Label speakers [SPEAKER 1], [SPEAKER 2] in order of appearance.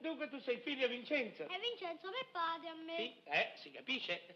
[SPEAKER 1] Dunque tu sei figlio Vincenzo?
[SPEAKER 2] E Vincenzo per padre a me.
[SPEAKER 1] Sì, eh, si capisce.